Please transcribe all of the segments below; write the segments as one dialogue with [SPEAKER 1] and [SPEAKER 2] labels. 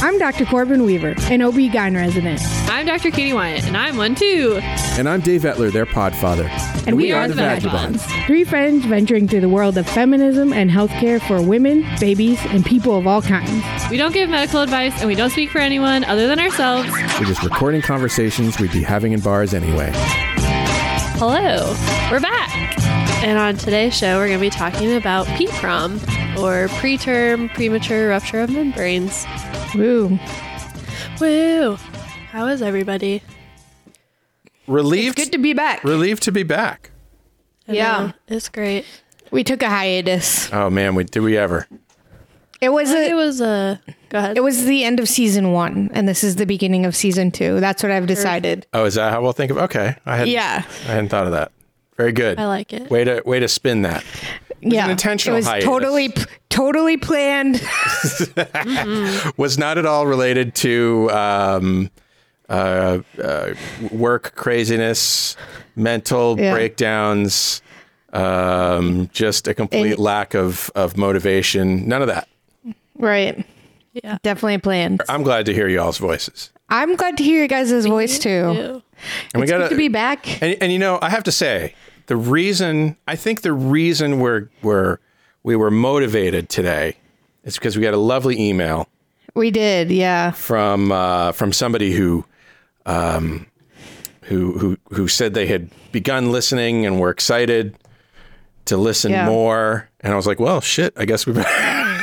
[SPEAKER 1] I'm Dr. Corbin Weaver, an OB-GYN resident.
[SPEAKER 2] I'm Dr. Katie Wyatt, and I'm one too.
[SPEAKER 3] And I'm Dave Etler, their podfather.
[SPEAKER 1] And we are the Three friends venturing through the world of feminism and healthcare for women, babies, and people of all kinds.
[SPEAKER 2] We don't give medical advice, and we don't speak for anyone other than ourselves.
[SPEAKER 3] We're just recording conversations we'd be having in bars anyway.
[SPEAKER 2] Hello, we're back. And on today's show, we're going to be talking about PPROM, or preterm premature rupture of membranes.
[SPEAKER 1] Woo.
[SPEAKER 2] Woo! How is everybody?
[SPEAKER 3] Relieved.
[SPEAKER 4] Good to be back.
[SPEAKER 3] relieved to be back.
[SPEAKER 2] I
[SPEAKER 4] Yeah.
[SPEAKER 2] know, it's great.
[SPEAKER 4] We took a hiatus.
[SPEAKER 3] Oh man, we did we ever?
[SPEAKER 4] It was
[SPEAKER 2] It
[SPEAKER 4] a,
[SPEAKER 2] was a uh, go ahead.
[SPEAKER 4] it was the end of season one, and this is the beginning of season two. That's what I've decided.
[SPEAKER 3] Oh, is that how we'll think of? Okay, I had.
[SPEAKER 4] Yeah.
[SPEAKER 3] I hadn't thought of that. Very good.
[SPEAKER 2] I like it.
[SPEAKER 3] Way to way to spin that.
[SPEAKER 4] yeah,
[SPEAKER 3] an intentional
[SPEAKER 4] It was
[SPEAKER 3] hiatus.
[SPEAKER 4] totally p- totally planned.
[SPEAKER 3] Was not at all related to um, uh, uh, work craziness, mental
[SPEAKER 4] Yeah.
[SPEAKER 3] breakdowns, um, just a complete
[SPEAKER 4] And-
[SPEAKER 3] lack of of motivation. None of that.
[SPEAKER 4] right.
[SPEAKER 2] Yeah.
[SPEAKER 4] Definitely planned.
[SPEAKER 3] I'm glad to hear y'all's voices.
[SPEAKER 4] I'm glad to hear you guys' voice too.
[SPEAKER 2] Ew.
[SPEAKER 4] It's
[SPEAKER 3] And we
[SPEAKER 4] good to be back.
[SPEAKER 3] And, and you know, I have to say, the reason I think the reason we're we're we were motivated today is because we got a lovely email
[SPEAKER 4] We did, yeah.
[SPEAKER 3] from uh, from somebody who um, who who who said they had begun listening and were excited to listen
[SPEAKER 4] Yeah.
[SPEAKER 3] more. And I was like, well, shit, I guess we better.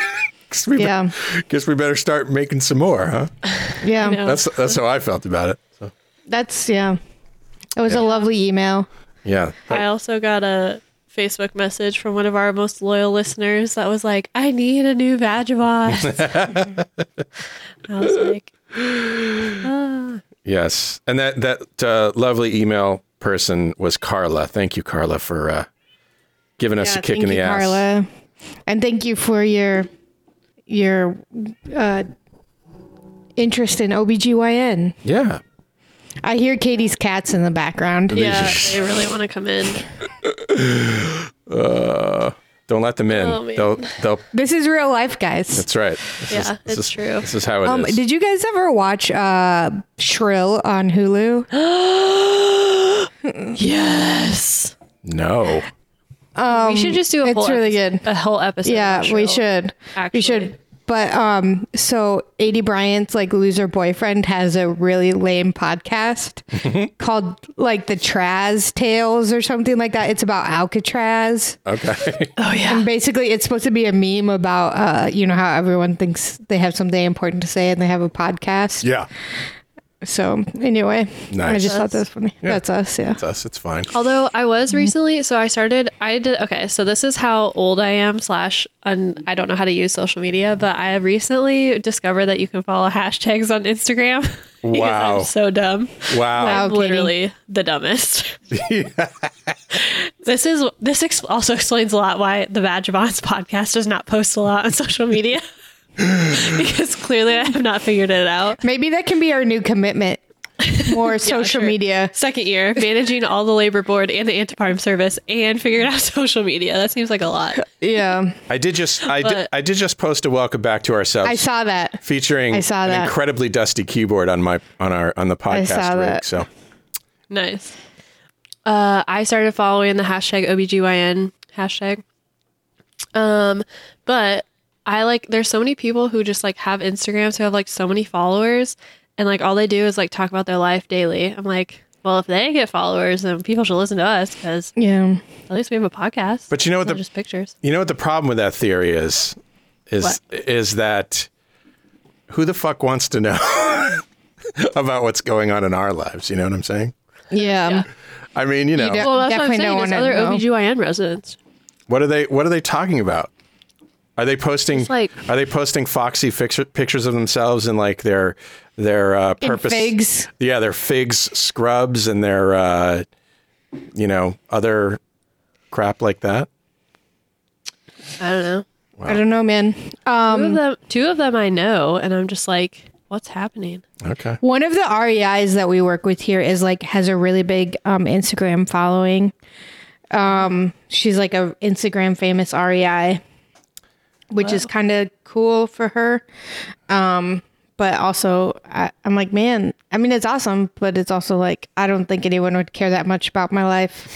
[SPEAKER 3] Guess we,
[SPEAKER 4] Yeah.
[SPEAKER 3] better, guess we better start making some more, huh?
[SPEAKER 4] Yeah.
[SPEAKER 3] That's that's how I felt about it. So,
[SPEAKER 4] That's yeah. It was a lovely email.
[SPEAKER 3] yeah,
[SPEAKER 2] I also got a Facebook message from one of our most loyal listeners that was like, I need a new Vagabond. I was like,
[SPEAKER 3] Yes, and that that uh, lovely email person was Carla. Thank you, Carla, for uh, giving us a kick
[SPEAKER 4] thank
[SPEAKER 3] in the
[SPEAKER 4] you,
[SPEAKER 3] ass.
[SPEAKER 4] Carla. And thank you for your your uh, interest in OBGYN.
[SPEAKER 3] Yeah,
[SPEAKER 4] I hear Katie's cats in the background.
[SPEAKER 2] Yeah, they really want to come in.
[SPEAKER 3] don't let them in.
[SPEAKER 2] Oh, man.
[SPEAKER 3] they'll, they'll,
[SPEAKER 4] This is real life, guys.
[SPEAKER 3] that's right. This
[SPEAKER 2] Yeah,
[SPEAKER 3] this
[SPEAKER 2] it's
[SPEAKER 3] is,
[SPEAKER 2] true.
[SPEAKER 3] This is how it is.
[SPEAKER 4] Um, did you guys ever watch uh, Shrill on Hulu?
[SPEAKER 2] Yes.
[SPEAKER 3] no,
[SPEAKER 2] we should just do a
[SPEAKER 4] Um, it's
[SPEAKER 2] whole
[SPEAKER 4] really
[SPEAKER 2] episode-
[SPEAKER 4] good.
[SPEAKER 2] A whole episode.
[SPEAKER 4] Yeah,
[SPEAKER 2] on
[SPEAKER 4] we
[SPEAKER 2] Cheryl.
[SPEAKER 4] should.
[SPEAKER 2] actually.
[SPEAKER 4] We should. But um, so AD Bryant's like loser boyfriend has a really lame podcast called like the Traz Tales or something like that. It's about Alcatraz.
[SPEAKER 3] okay.
[SPEAKER 4] And basically, it's supposed to be a meme about uh, you know how everyone thinks they have something important to say and they have a podcast.
[SPEAKER 3] yeah,
[SPEAKER 4] So anyway, I
[SPEAKER 3] Nice.
[SPEAKER 4] just thought that was funny. That's us. Yeah.
[SPEAKER 3] it's us. It's fine.
[SPEAKER 2] Although I was
[SPEAKER 4] Mm-hmm.
[SPEAKER 2] recently, so I started. I did okay. So this is how old I am. Slash, un, I don't know how to use social media, but I recently discovered that you can follow hashtags on Instagram. because
[SPEAKER 3] Wow.
[SPEAKER 2] I'm so dumb.
[SPEAKER 3] Wow.
[SPEAKER 2] I'm
[SPEAKER 4] Katie.
[SPEAKER 2] literally the dumbest. this is this ex- also explains a lot why the Vagabonds podcast does not post a lot on social media because clearly I have not figured it out.
[SPEAKER 4] Maybe that can be our new commitment. More social
[SPEAKER 2] sure.
[SPEAKER 4] media.
[SPEAKER 2] Second year managing all the labor board and the antipartum service and figuring out social media. That seems like a lot.
[SPEAKER 4] Yeah,
[SPEAKER 3] I did just I did
[SPEAKER 2] But-
[SPEAKER 3] I did just post a welcome back to ourselves.
[SPEAKER 4] I saw that.
[SPEAKER 3] featuring
[SPEAKER 4] I saw
[SPEAKER 3] an
[SPEAKER 4] that.
[SPEAKER 3] incredibly dusty keyboard on my on our on the podcast.
[SPEAKER 4] saw
[SPEAKER 3] rig,
[SPEAKER 4] that.
[SPEAKER 3] So
[SPEAKER 2] Nice. Uh, I started following the hashtag OBGYN hashtag. Um, but I like there's so many people who just like have Instagrams who have like so many followers and like all they do is like talk about their life daily. I'm like, well, if they get followers, then people should listen to us because
[SPEAKER 4] Yeah.
[SPEAKER 2] at least we have a podcast.
[SPEAKER 3] But you know what
[SPEAKER 2] It's not
[SPEAKER 3] the-
[SPEAKER 2] just pictures.
[SPEAKER 3] You know what the problem with that theory is? Is is that who the fuck wants to know about what's going on in our lives? You know what I'm saying?
[SPEAKER 4] Yeah.
[SPEAKER 3] I mean, you know,
[SPEAKER 4] don't-
[SPEAKER 2] Well, that's
[SPEAKER 4] Definitely
[SPEAKER 2] what
[SPEAKER 4] don't
[SPEAKER 2] I'm saying.
[SPEAKER 4] wanna
[SPEAKER 2] There's other
[SPEAKER 4] know.
[SPEAKER 2] OBGYN residents.
[SPEAKER 3] what are they what are they talking about? Are they posting
[SPEAKER 2] It's like-
[SPEAKER 3] are they posting foxy fixer, pictures of themselves in like their their uh, purpose
[SPEAKER 4] figs.
[SPEAKER 3] Yeah, their figs scrubs and their uh, you know, other crap like that.
[SPEAKER 2] I don't know.
[SPEAKER 4] I don't know, man. Um,
[SPEAKER 2] Two of them, two of them I know, and I'm just like, what's happening?
[SPEAKER 3] Okay.
[SPEAKER 4] One of the REIs that we work with here is like has a really big um, Instagram following. Um, she's like a Instagram famous REI, which is kind of cool for her. Um, but also, I, I'm like, man, I mean, it's awesome, but it's also like I don't think anyone would care that much about my life.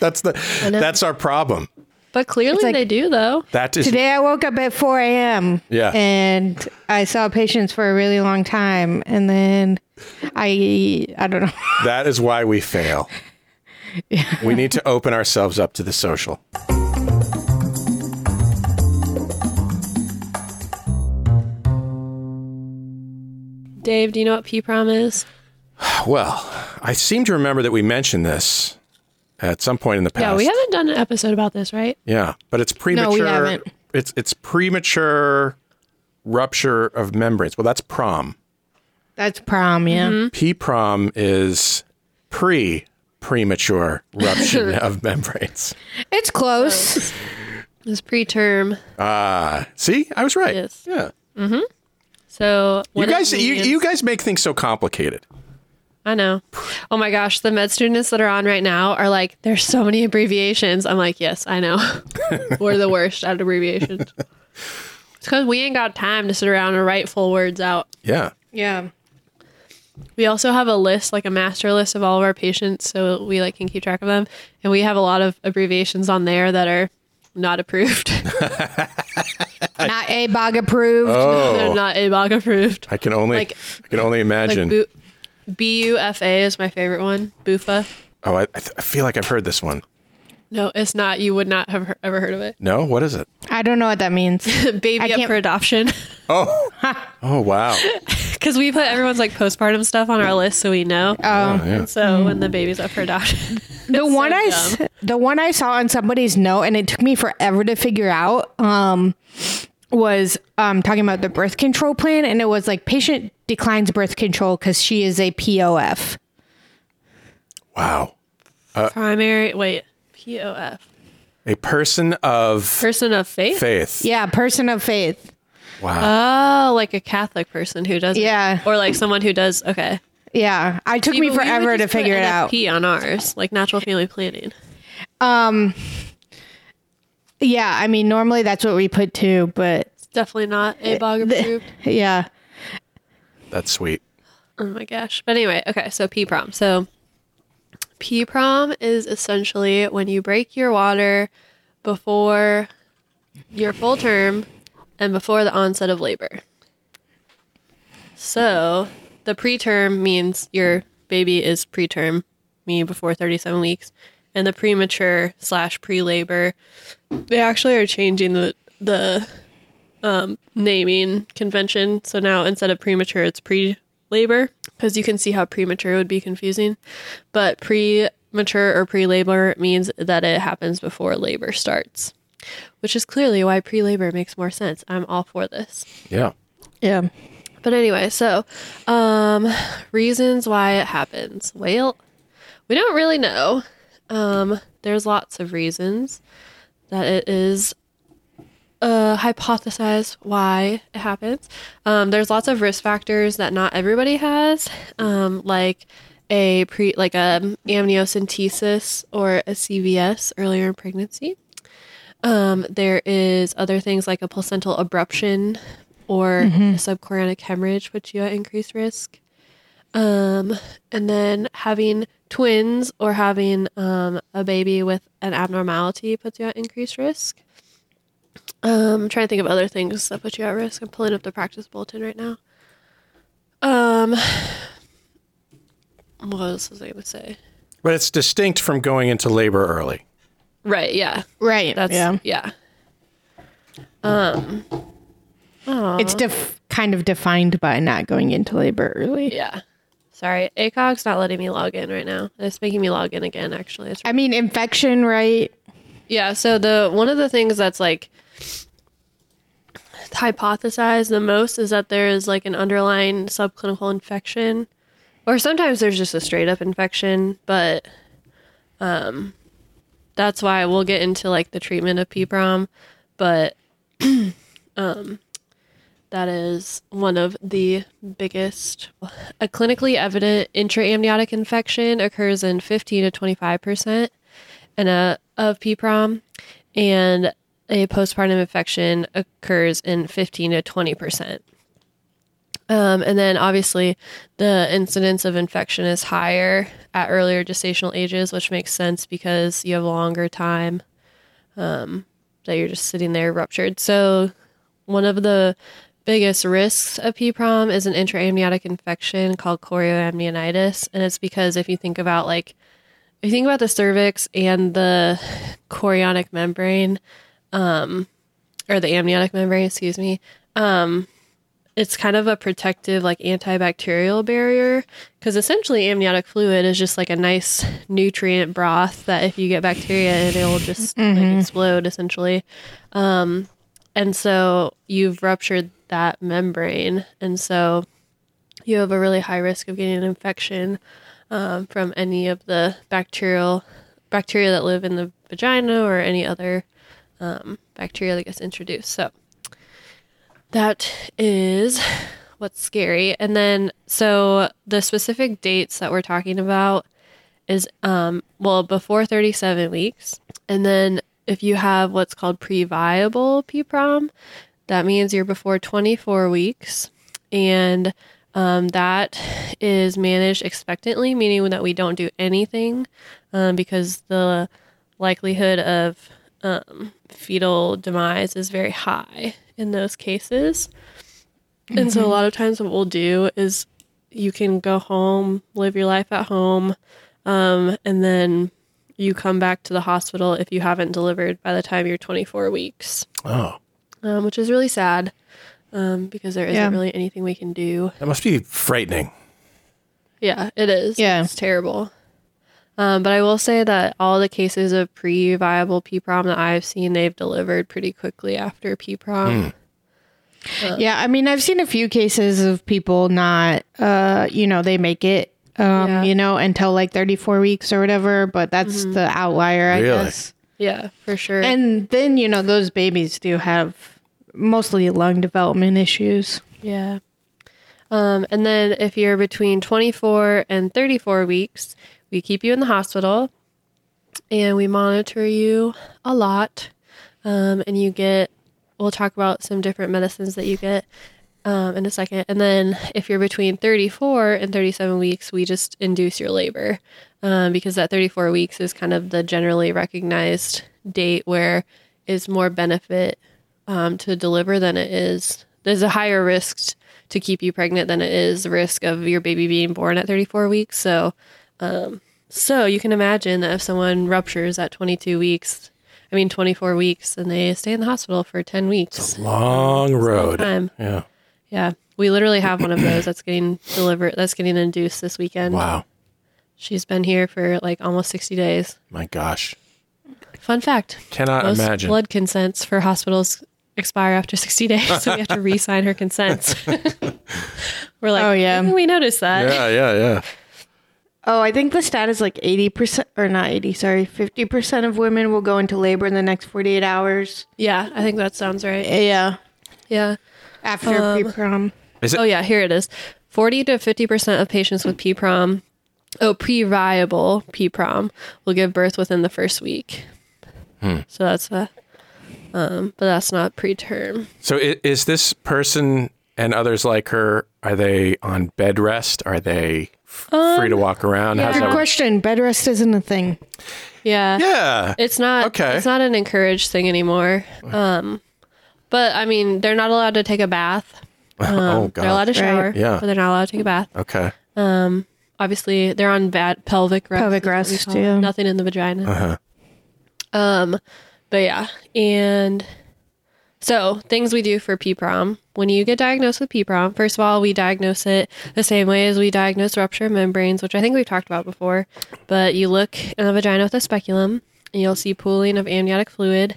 [SPEAKER 3] That's the that's our problem.
[SPEAKER 2] But clearly
[SPEAKER 4] like-
[SPEAKER 2] they do though.
[SPEAKER 3] That is
[SPEAKER 4] Today I woke up at 4 a.m.
[SPEAKER 3] Yeah.
[SPEAKER 4] and I saw patients for a really long time, and then I I don't know.
[SPEAKER 3] that is why we fail. We need to open ourselves up to the social.
[SPEAKER 2] Dave, do you know what P prom is?
[SPEAKER 3] Well, I seem to remember that we mentioned this at some point in the past.
[SPEAKER 2] Yeah, we haven't done an episode about this, right?
[SPEAKER 3] Yeah, but it's premature.
[SPEAKER 4] haven't.
[SPEAKER 3] It's it's premature rupture of membranes. Well, that's prom.
[SPEAKER 4] That's prom, yeah.
[SPEAKER 2] Mm-hmm.
[SPEAKER 3] P prom is pre premature rupture of membranes.
[SPEAKER 4] It's close.
[SPEAKER 2] It's preterm.
[SPEAKER 3] See, I was right.
[SPEAKER 2] Yes.
[SPEAKER 3] Yeah.
[SPEAKER 2] So
[SPEAKER 3] You
[SPEAKER 2] what it
[SPEAKER 3] guys, you,
[SPEAKER 2] means-
[SPEAKER 3] you guys make things so complicated.
[SPEAKER 2] I know. Oh my gosh, the med students that are on right now are like, there's so many abbreviations. I'm like, yes, I know. We're the worst at abbreviations. It's because we ain't got time to sit around and write full words out.
[SPEAKER 3] Yeah.
[SPEAKER 4] Yeah.
[SPEAKER 2] We also have a list, like a master list of all of our patients, so we like can keep track of them. And we have a lot of abbreviations on there that are not approved.
[SPEAKER 4] Not a bog approved.
[SPEAKER 3] Oh.
[SPEAKER 2] They're not ABOG approved.
[SPEAKER 3] I can only,
[SPEAKER 2] Like-
[SPEAKER 3] I can only imagine.
[SPEAKER 2] Like bu- BUFA is my favorite one. Bufa.
[SPEAKER 3] oh, I, I th- I feel like I've heard this one.
[SPEAKER 2] No, it's not. You would not have he- ever heard of it.
[SPEAKER 3] No, what is it?
[SPEAKER 4] I don't know what that means.
[SPEAKER 2] Baby up
[SPEAKER 4] can't-
[SPEAKER 2] for adoption.
[SPEAKER 3] Oh, oh wow.
[SPEAKER 2] Because we put everyone's like postpartum stuff on our list, so we know.
[SPEAKER 3] Oh, yeah.
[SPEAKER 2] so when the baby's up for adoption,
[SPEAKER 4] The one I s- the one I saw on somebody's note and it took me forever to figure out um was um talking about the birth control plan and it was like patient declines birth control cuz she is a POF.
[SPEAKER 3] Wow. Uh,
[SPEAKER 2] primary wait POF
[SPEAKER 3] A person of
[SPEAKER 2] person of faith.
[SPEAKER 3] faith.
[SPEAKER 4] Yeah, person of faith.
[SPEAKER 3] Wow.
[SPEAKER 2] Oh, like a Catholic person who does,
[SPEAKER 4] Yeah.
[SPEAKER 2] or like someone who does. Okay,
[SPEAKER 4] Yeah, I took me
[SPEAKER 2] But we would
[SPEAKER 4] forever to
[SPEAKER 2] just put
[SPEAKER 4] figure it out.
[SPEAKER 2] NFP on ours, like natural family planning.
[SPEAKER 4] Yeah, I mean normally that's what we put too, but
[SPEAKER 2] It's definitely not ABOG approved.
[SPEAKER 4] yeah.
[SPEAKER 3] That's sweet.
[SPEAKER 2] Oh my gosh. But anyway, okay, so P prom. So P prom is essentially when you break your water before your full term and before the onset of labor. So the preterm means your baby is preterm, meaning before 37 weeks, and the premature slash pre labor. They actually are changing the the naming convention. So now instead of premature, it's pre labor because you can see how premature would be confusing. But premature or pre labor means that it happens before labor starts, which is clearly why pre labor makes more sense. I'm all for this.
[SPEAKER 3] Yeah.
[SPEAKER 4] Yeah.
[SPEAKER 2] But anyway, so um, reasons why it happens. Well, we don't really know. Um, there's lots of reasons that it is uh, hypothesized why it happens. Um, there's lots of risk factors that not everybody has, um, like a pre like a amniocentesis or a CVS earlier in pregnancy. Um, there is other things like a placental abruption or a subchorionic hemorrhage, which you at increased risk. Um, and then having twins or having um, a baby with an abnormality puts you at increased risk. Um, I'm trying to think of other things that put you at risk. I'm pulling up the practice bulletin right now. Um, what else was I going to say?
[SPEAKER 3] But it's distinct from going into labor early.
[SPEAKER 2] Right, yeah.
[SPEAKER 4] Right.
[SPEAKER 2] That's,
[SPEAKER 4] yeah.
[SPEAKER 2] yeah.
[SPEAKER 4] It's def- kind of defined by not going into labor early.
[SPEAKER 2] Yeah. Sorry, ACOG's not letting me log in right now. It's making me log in again, actually. It's-
[SPEAKER 4] I mean, infection, right?
[SPEAKER 2] yeah, so the one of the things that's like hypothesized the most is that there is like an underlying subclinical infection. Or sometimes there's just a straight up infection, but um that's why we'll get into like the treatment of PPROM, but um That is one of the biggest. A clinically evident intraamniotic infection occurs in 15 to 25% and a, of PPROM, and a postpartum infection occurs in 15 to 20%. Um, and then obviously, the incidence of infection is higher at earlier gestational ages, which makes sense because you have a longer time um, that you're just sitting there ruptured. So, one of the biggest risks of PPROM is an intraamniotic infection called chorioamnionitis. And it's because if you think about like, if you think about the cervix and the chorionic membrane, um, or the amniotic membrane, excuse me, Um, it's kind of a protective like antibacterial barrier because essentially amniotic fluid is just like a nice nutrient broth that if you get bacteria in it'll just like, explode essentially um, and so you've ruptured that membrane and so you have a really high risk of getting an infection um, from any of the bacterial bacteria that live in the vagina or any other um, bacteria that gets introduced so that is what's scary. And then, so the specific dates that we're talking about is, um, well, before 37 weeks. And then, if you have what's called previable PPROM, that means you're before 24 weeks. And um, that is managed expectantly, meaning that we don't do anything um, because the likelihood of um, fetal demise is very high in those cases. And so, a lot of times, what we'll do is you can go home, live your life at home, um, and then you come back to the hospital if you haven't delivered by the time you're 24 weeks,
[SPEAKER 3] Oh,
[SPEAKER 2] um, which is really sad um, because there isn't
[SPEAKER 4] Yeah.
[SPEAKER 2] really anything we can do.
[SPEAKER 3] that must be frightening.
[SPEAKER 2] Yeah, it is.
[SPEAKER 4] Yeah.
[SPEAKER 2] It's terrible. Um, but I will say that all the cases of pre viable PPROM that I've seen, they've delivered pretty quickly after PPROM.
[SPEAKER 4] Yeah, I mean, I've seen a few cases of people not, uh, you know, they make it, um,
[SPEAKER 2] Yeah. Mm-hmm.
[SPEAKER 4] you know, until like 34 weeks or whatever, but that's the outlier, I
[SPEAKER 3] Really?
[SPEAKER 4] guess.
[SPEAKER 2] Yeah, for sure.
[SPEAKER 4] And then, you know, those babies do have mostly lung development issues.
[SPEAKER 2] Yeah. Um, and then if you're between 24 and 34 weeks, we keep you in the hospital and we monitor you a lot. Um, and you get, we'll talk about some different medicines that you get um, in a second. And then if you're between 34 and 37 weeks, we just induce your labor um, because that 34 weeks is kind of the generally recognized date where is more benefit um, to deliver than it is. There's a higher risk to keep you pregnant than it is the risk of your baby being born at 34 weeks. So, um, so you can imagine that if someone ruptures at 22 weeks, I mean 24 weeks, and they stay in the hospital for 10 weeks,
[SPEAKER 3] Long road.
[SPEAKER 2] time.
[SPEAKER 3] Yeah.
[SPEAKER 2] Yeah, we literally have one of those that's getting delivered. That's getting induced this weekend.
[SPEAKER 3] Wow.
[SPEAKER 2] She's been here for like almost 60 days.
[SPEAKER 3] My gosh.
[SPEAKER 2] Fun fact:
[SPEAKER 3] Cannot
[SPEAKER 2] most
[SPEAKER 3] imagine.
[SPEAKER 2] blood consents for hospitals expire after 60 days, so we have to re-sign her consents. We're like,
[SPEAKER 4] Oh, yeah.
[SPEAKER 2] "Hmm, we noticed that.
[SPEAKER 3] yeah, yeah, yeah.
[SPEAKER 4] Oh, I think the stat is like 80%, or not 80, sorry, 50% of women will go into labor in the next 48 hours.
[SPEAKER 2] Yeah, I think that sounds right.
[SPEAKER 4] Yeah. Um,
[SPEAKER 2] Yeah.
[SPEAKER 4] After pre-prom.
[SPEAKER 3] Is it?
[SPEAKER 2] Oh yeah, here it is. 40 to 50% of patients with PPROM, oh pre-viable PPROM, will give birth within the first week.
[SPEAKER 3] Hmm.
[SPEAKER 2] So that's a um, but that's not preterm.
[SPEAKER 3] So is, is this person and others like her, are they on bed rest? Are they f- free
[SPEAKER 2] Um,
[SPEAKER 3] to walk around? How's
[SPEAKER 4] Good
[SPEAKER 3] that work?
[SPEAKER 4] question. Bed rest isn't a thing.
[SPEAKER 2] Yeah.
[SPEAKER 3] Yeah.
[SPEAKER 2] It's not
[SPEAKER 3] Okay. Hmm.
[SPEAKER 2] it's not an encouraged thing anymore. Um but I mean, they're not allowed to take a bath.
[SPEAKER 3] oh,
[SPEAKER 2] um, They're allowed
[SPEAKER 3] God.
[SPEAKER 2] to shower,
[SPEAKER 3] Yeah.
[SPEAKER 2] but they're not allowed to take a bath.
[SPEAKER 3] Okay.
[SPEAKER 2] obviously they're on bad pelvic rest.
[SPEAKER 4] Pelvic
[SPEAKER 2] is what we
[SPEAKER 4] rest,
[SPEAKER 2] call it.
[SPEAKER 4] yeah.
[SPEAKER 2] Nothing in the vagina.
[SPEAKER 3] Uh-huh.
[SPEAKER 2] Um, but yeah, and so things we do for PPROM. When you get diagnosed with PPROM, first of all, we diagnose it the same way as we diagnose rupture of membranes, which I think we've talked about before. But you look in the vagina with a speculum, and you'll see pooling of amniotic fluid.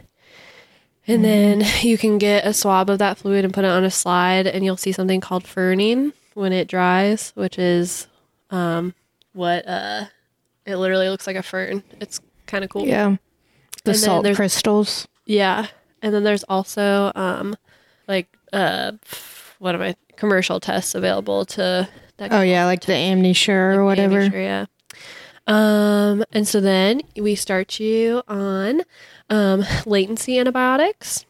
[SPEAKER 2] And
[SPEAKER 4] Mm-hmm.
[SPEAKER 2] then you can get a swab of that fluid and put it on a slide, and you'll see something called ferning when it dries, which is um, what uh it literally looks like a fern. It's kind of cool.
[SPEAKER 4] Yeah. The
[SPEAKER 2] then
[SPEAKER 4] salt
[SPEAKER 2] there's-
[SPEAKER 4] crystals.
[SPEAKER 2] Yeah. And then there's also um like uh f- what am I commercial tests available to that
[SPEAKER 4] Oh yeah, like the amnesia or whatever.
[SPEAKER 2] Amateur, yeah. Um, and so then we start you on um, latency antibiotics,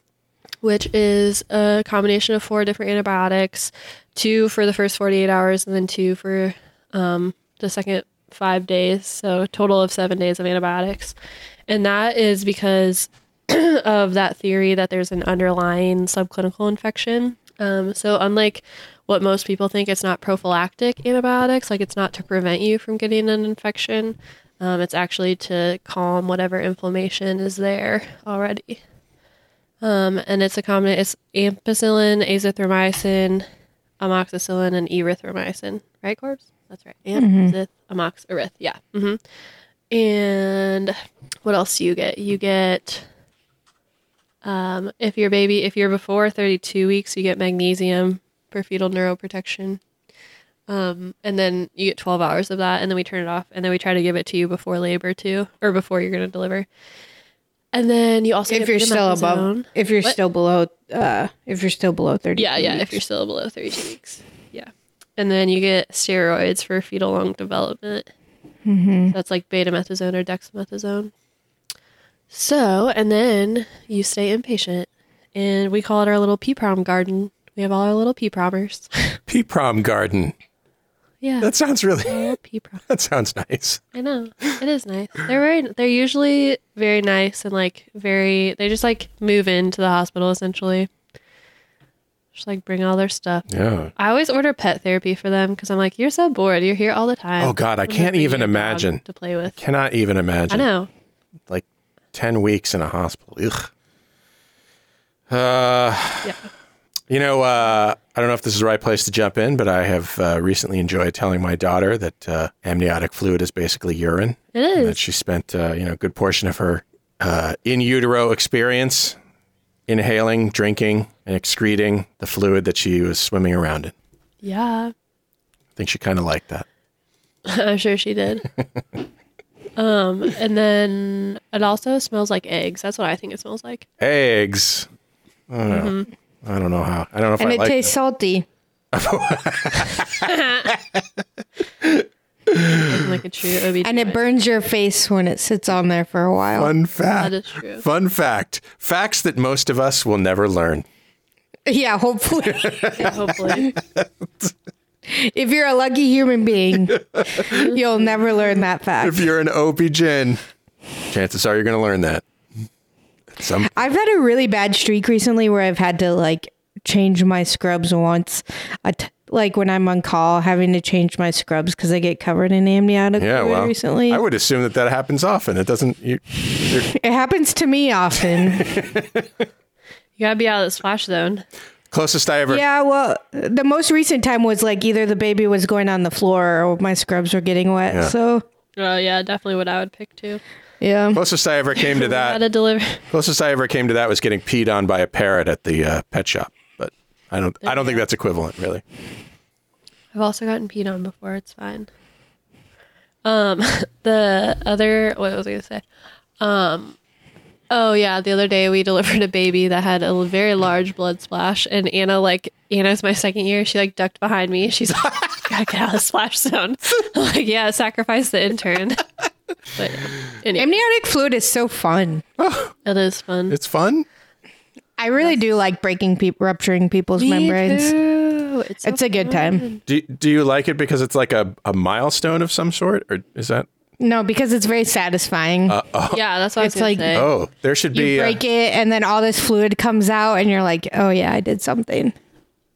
[SPEAKER 2] which is a combination of four different antibiotics, two for the first 48 hours and then two for um, the second five days. So a total of seven days of antibiotics. And that is because of that theory that there's an underlying subclinical infection. Um, so, unlike what most people think, it's not prophylactic antibiotics, like it's not to prevent you from getting an infection. Um, it's actually to calm whatever inflammation is there already. Um, and it's a common, it's ampicillin, azithromycin, amoxicillin, and erythromycin. Right, Corbs? That's right. Amp,
[SPEAKER 4] Mm-hmm.
[SPEAKER 2] zith, amox, eryth. Yeah. hmm And what else do you get? You get um, if your baby, if you're before 32 weeks, you get magnesium for fetal neuroprotection. Um, and then you get 12 hours of that, and then we turn it off, and then we try to give it to you before labor too, or before you're going to deliver. And then you also
[SPEAKER 4] If
[SPEAKER 2] get
[SPEAKER 4] you're still above,
[SPEAKER 2] betamethasone.
[SPEAKER 4] if you're
[SPEAKER 2] What?
[SPEAKER 4] still below, uh, if you're still below thirty,
[SPEAKER 2] yeah, yeah, if you're still below 32 weeks, yeah. And then you get steroids for fetal lung development. That's like betamethasone or dexamethasone. So, and then you stay inpatient, and we call it our little pea prom garden. We have all our little pea promers.
[SPEAKER 3] Pea prom garden.
[SPEAKER 2] yeah,
[SPEAKER 3] That sounds really.
[SPEAKER 2] all pea prom.
[SPEAKER 3] That sounds nice.
[SPEAKER 2] I know it is nice. They're very. They're usually very nice and like very. They just like move into the hospital essentially. Just like bring all their stuff.
[SPEAKER 3] Yeah.
[SPEAKER 2] I always order pet therapy for them because I'm like, you're so bored. You're here all the time.
[SPEAKER 3] Oh, God, I
[SPEAKER 2] I'm gonna
[SPEAKER 3] can't
[SPEAKER 2] bring
[SPEAKER 3] even
[SPEAKER 2] you a dog
[SPEAKER 3] imagine.
[SPEAKER 2] to play with.
[SPEAKER 3] Cannot even imagine.
[SPEAKER 2] I know.
[SPEAKER 3] Like ten weeks in a hospital. Ugh. Uh,
[SPEAKER 2] Yeah.
[SPEAKER 3] you know, uh, I don't know if this is the right place to jump in, but I have uh, recently enjoyed telling my daughter that uh, amniotic fluid is basically urine.
[SPEAKER 2] It
[SPEAKER 3] and that
[SPEAKER 2] is.
[SPEAKER 3] she spent uh, you know a good portion of her uh, in utero experience inhaling, drinking, and excreting the fluid that she was swimming around in. I
[SPEAKER 2] Yeah.
[SPEAKER 3] think she kind of liked that.
[SPEAKER 2] I'm sure she did. um, and then it also smells like eggs. That's what I think it smells like.
[SPEAKER 3] Eggs. I don't know, I don't know how. I don't know if
[SPEAKER 4] and
[SPEAKER 3] I
[SPEAKER 4] it
[SPEAKER 3] like
[SPEAKER 4] tastes
[SPEAKER 3] that.
[SPEAKER 4] salty.
[SPEAKER 2] Looking like a true OB.
[SPEAKER 4] And it burns your face when it sits on there for a while.
[SPEAKER 3] Fun fact.
[SPEAKER 2] That is true.
[SPEAKER 3] Fun fact. Facts that most of us will never learn.
[SPEAKER 4] Yeah, hopefully.
[SPEAKER 2] Hopefully.
[SPEAKER 4] if you're a lucky human being, you'll never learn that
[SPEAKER 3] If
[SPEAKER 4] fact.
[SPEAKER 3] you're an OPGYN, chances are you're going to learn that. At Some
[SPEAKER 4] I've had a really bad streak recently where I've had to like change my scrubs once. I t- like when I'm on call, having to change my scrubs because I get covered in amniotic
[SPEAKER 3] yeah,
[SPEAKER 4] fluid
[SPEAKER 3] well,
[SPEAKER 4] recently.
[SPEAKER 3] I would assume that that happens often. It doesn't. You,
[SPEAKER 4] it happens to me often.
[SPEAKER 2] you gotta be out of the splash zone.
[SPEAKER 3] closest I ever
[SPEAKER 4] yeah, well, the most recent time was like either the baby was going on the floor or my scrubs were getting wet.
[SPEAKER 3] Yeah.
[SPEAKER 4] So,
[SPEAKER 2] Oh yeah, definitely what I would pick too.
[SPEAKER 4] yeah.
[SPEAKER 3] Closest I ever came to
[SPEAKER 2] How to
[SPEAKER 3] that.
[SPEAKER 2] deliver.
[SPEAKER 3] Closest I ever came to that was getting peed on by a parrot at the uh, pet shop, but I don't. I don't think that's equivalent, really.
[SPEAKER 2] I've also gotten peed on before. It's fine. Um, the other what was I gonna say? Um, oh yeah, the other day we delivered a baby that had a very large blood splash, and Anna like Anna's my second year. She like ducked behind me. She's like, gotta get out of the splash zone. I'm like yeah, sacrifice the intern. But anyway,
[SPEAKER 4] Amniotic fluid is so fun.
[SPEAKER 2] it is fun.
[SPEAKER 3] It's fun.
[SPEAKER 4] I really do like breaking people, rupturing people's membranes.
[SPEAKER 2] too. It's, so
[SPEAKER 4] It's a good time.
[SPEAKER 3] Do Do you like it because it's like a, a milestone of some sort, or is that?
[SPEAKER 4] No, because it's very satisfying.
[SPEAKER 2] yeah, that's what
[SPEAKER 4] It's
[SPEAKER 2] I was gonna
[SPEAKER 4] like-
[SPEAKER 2] say.
[SPEAKER 3] Oh, there should
[SPEAKER 4] you
[SPEAKER 3] be. uh,
[SPEAKER 4] break it, and then all this fluid comes out, and you're like, "Oh yeah, I did something."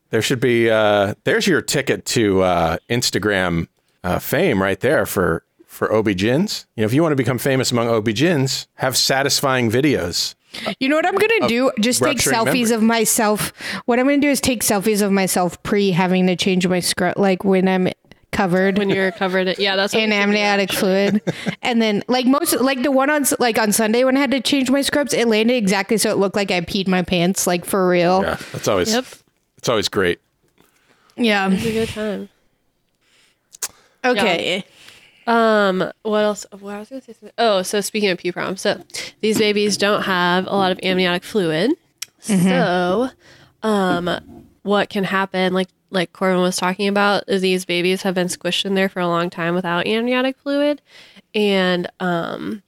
[SPEAKER 3] there should be. Uh, there's your ticket to uh, Instagram uh, fame right there for for OB-GYNs. You know, if you want to become famous among OB-GYNs, have satisfying videos.
[SPEAKER 4] You know what I'm gonna do? Just take
[SPEAKER 3] rupturing
[SPEAKER 4] selfies
[SPEAKER 3] membrane.
[SPEAKER 4] of myself. What I'm gonna do is take selfies of myself pre having to change my scrub, like when I'm covered
[SPEAKER 2] When you're covered, in- yeah, that's what
[SPEAKER 4] in
[SPEAKER 2] we should do.
[SPEAKER 4] amniotic fluid, and then like most, like the one on s- like on Sunday when I had to change my scrubs, it landed exactly so it looked like I peed my pants, like for real.
[SPEAKER 3] Yeah, that's always.
[SPEAKER 2] Yep,
[SPEAKER 3] It's always great.
[SPEAKER 4] Yeah.
[SPEAKER 2] it's a good time.
[SPEAKER 4] Okay.
[SPEAKER 2] Um, what else? Well, I was gonna say something. Oh, so speaking of pee prom, so these babies don't have a lot of amniotic fluid, so um, what can happen, like like Corbin was talking about, is these babies have been squished in there for a long time without amniotic fluid, and um,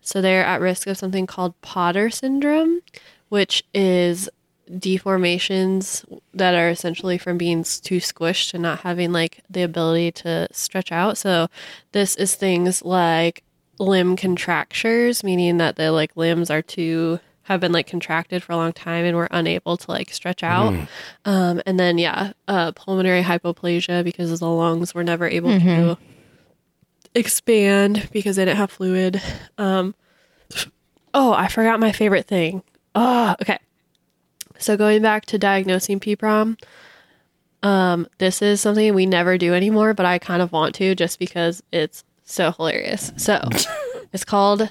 [SPEAKER 2] so they're at risk of something called Potter syndrome, which is deformations that are essentially from being s- too squished and not having like the ability to stretch out. So this is things like limb contractures, meaning that the like limbs are too have been like contracted for a long time and were unable to like stretch out. Um, and then yeah, uh, pulmonary hypoplasia because the lungs were never able to expand because they didn't have fluid. Um, oh, I forgot my favorite thing. Oh, okay. So going back to diagnosing PPROM, um, this is something we never do anymore, but I kind of want to just because it's so hilarious. So it's called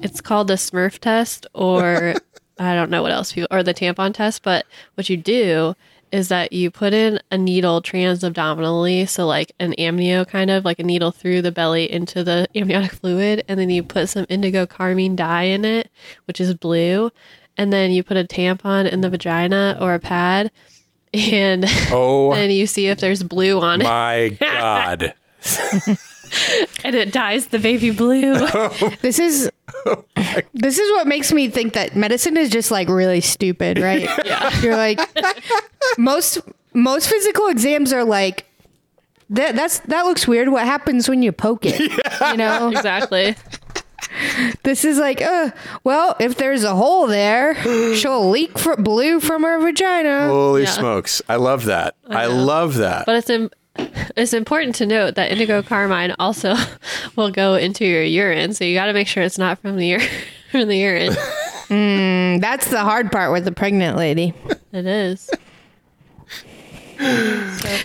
[SPEAKER 2] it's called the Smurf test or I don't know what else people or the tampon test, but what you do is that you put in a needle trans abdominally, so like an amnio kind of like a needle through the belly into the amniotic fluid, and then you put some indigo carmine dye in it, which is blue, and then you put a tampon in the vagina or a pad, and
[SPEAKER 3] Oh
[SPEAKER 2] then you see if there's blue on it,
[SPEAKER 3] my god.
[SPEAKER 2] and it dyes the baby blue.
[SPEAKER 4] This is this is what makes me think that medicine is just like really stupid, right? yeah. You're like most most physical exams are like that that's that looks weird. What happens when you poke it? You know?
[SPEAKER 2] exactly.
[SPEAKER 4] This is like, uh, well, if there's a hole there, she'll leak fr- blue from her vagina.
[SPEAKER 3] Holy smokes. I love that. I, love that.
[SPEAKER 2] But it's Im- it's important to note that indigo carmine also will go into your urine, so you got to make sure it's not from the ur- from the urine.
[SPEAKER 4] And that's the hard part with the pregnant lady.
[SPEAKER 2] It is.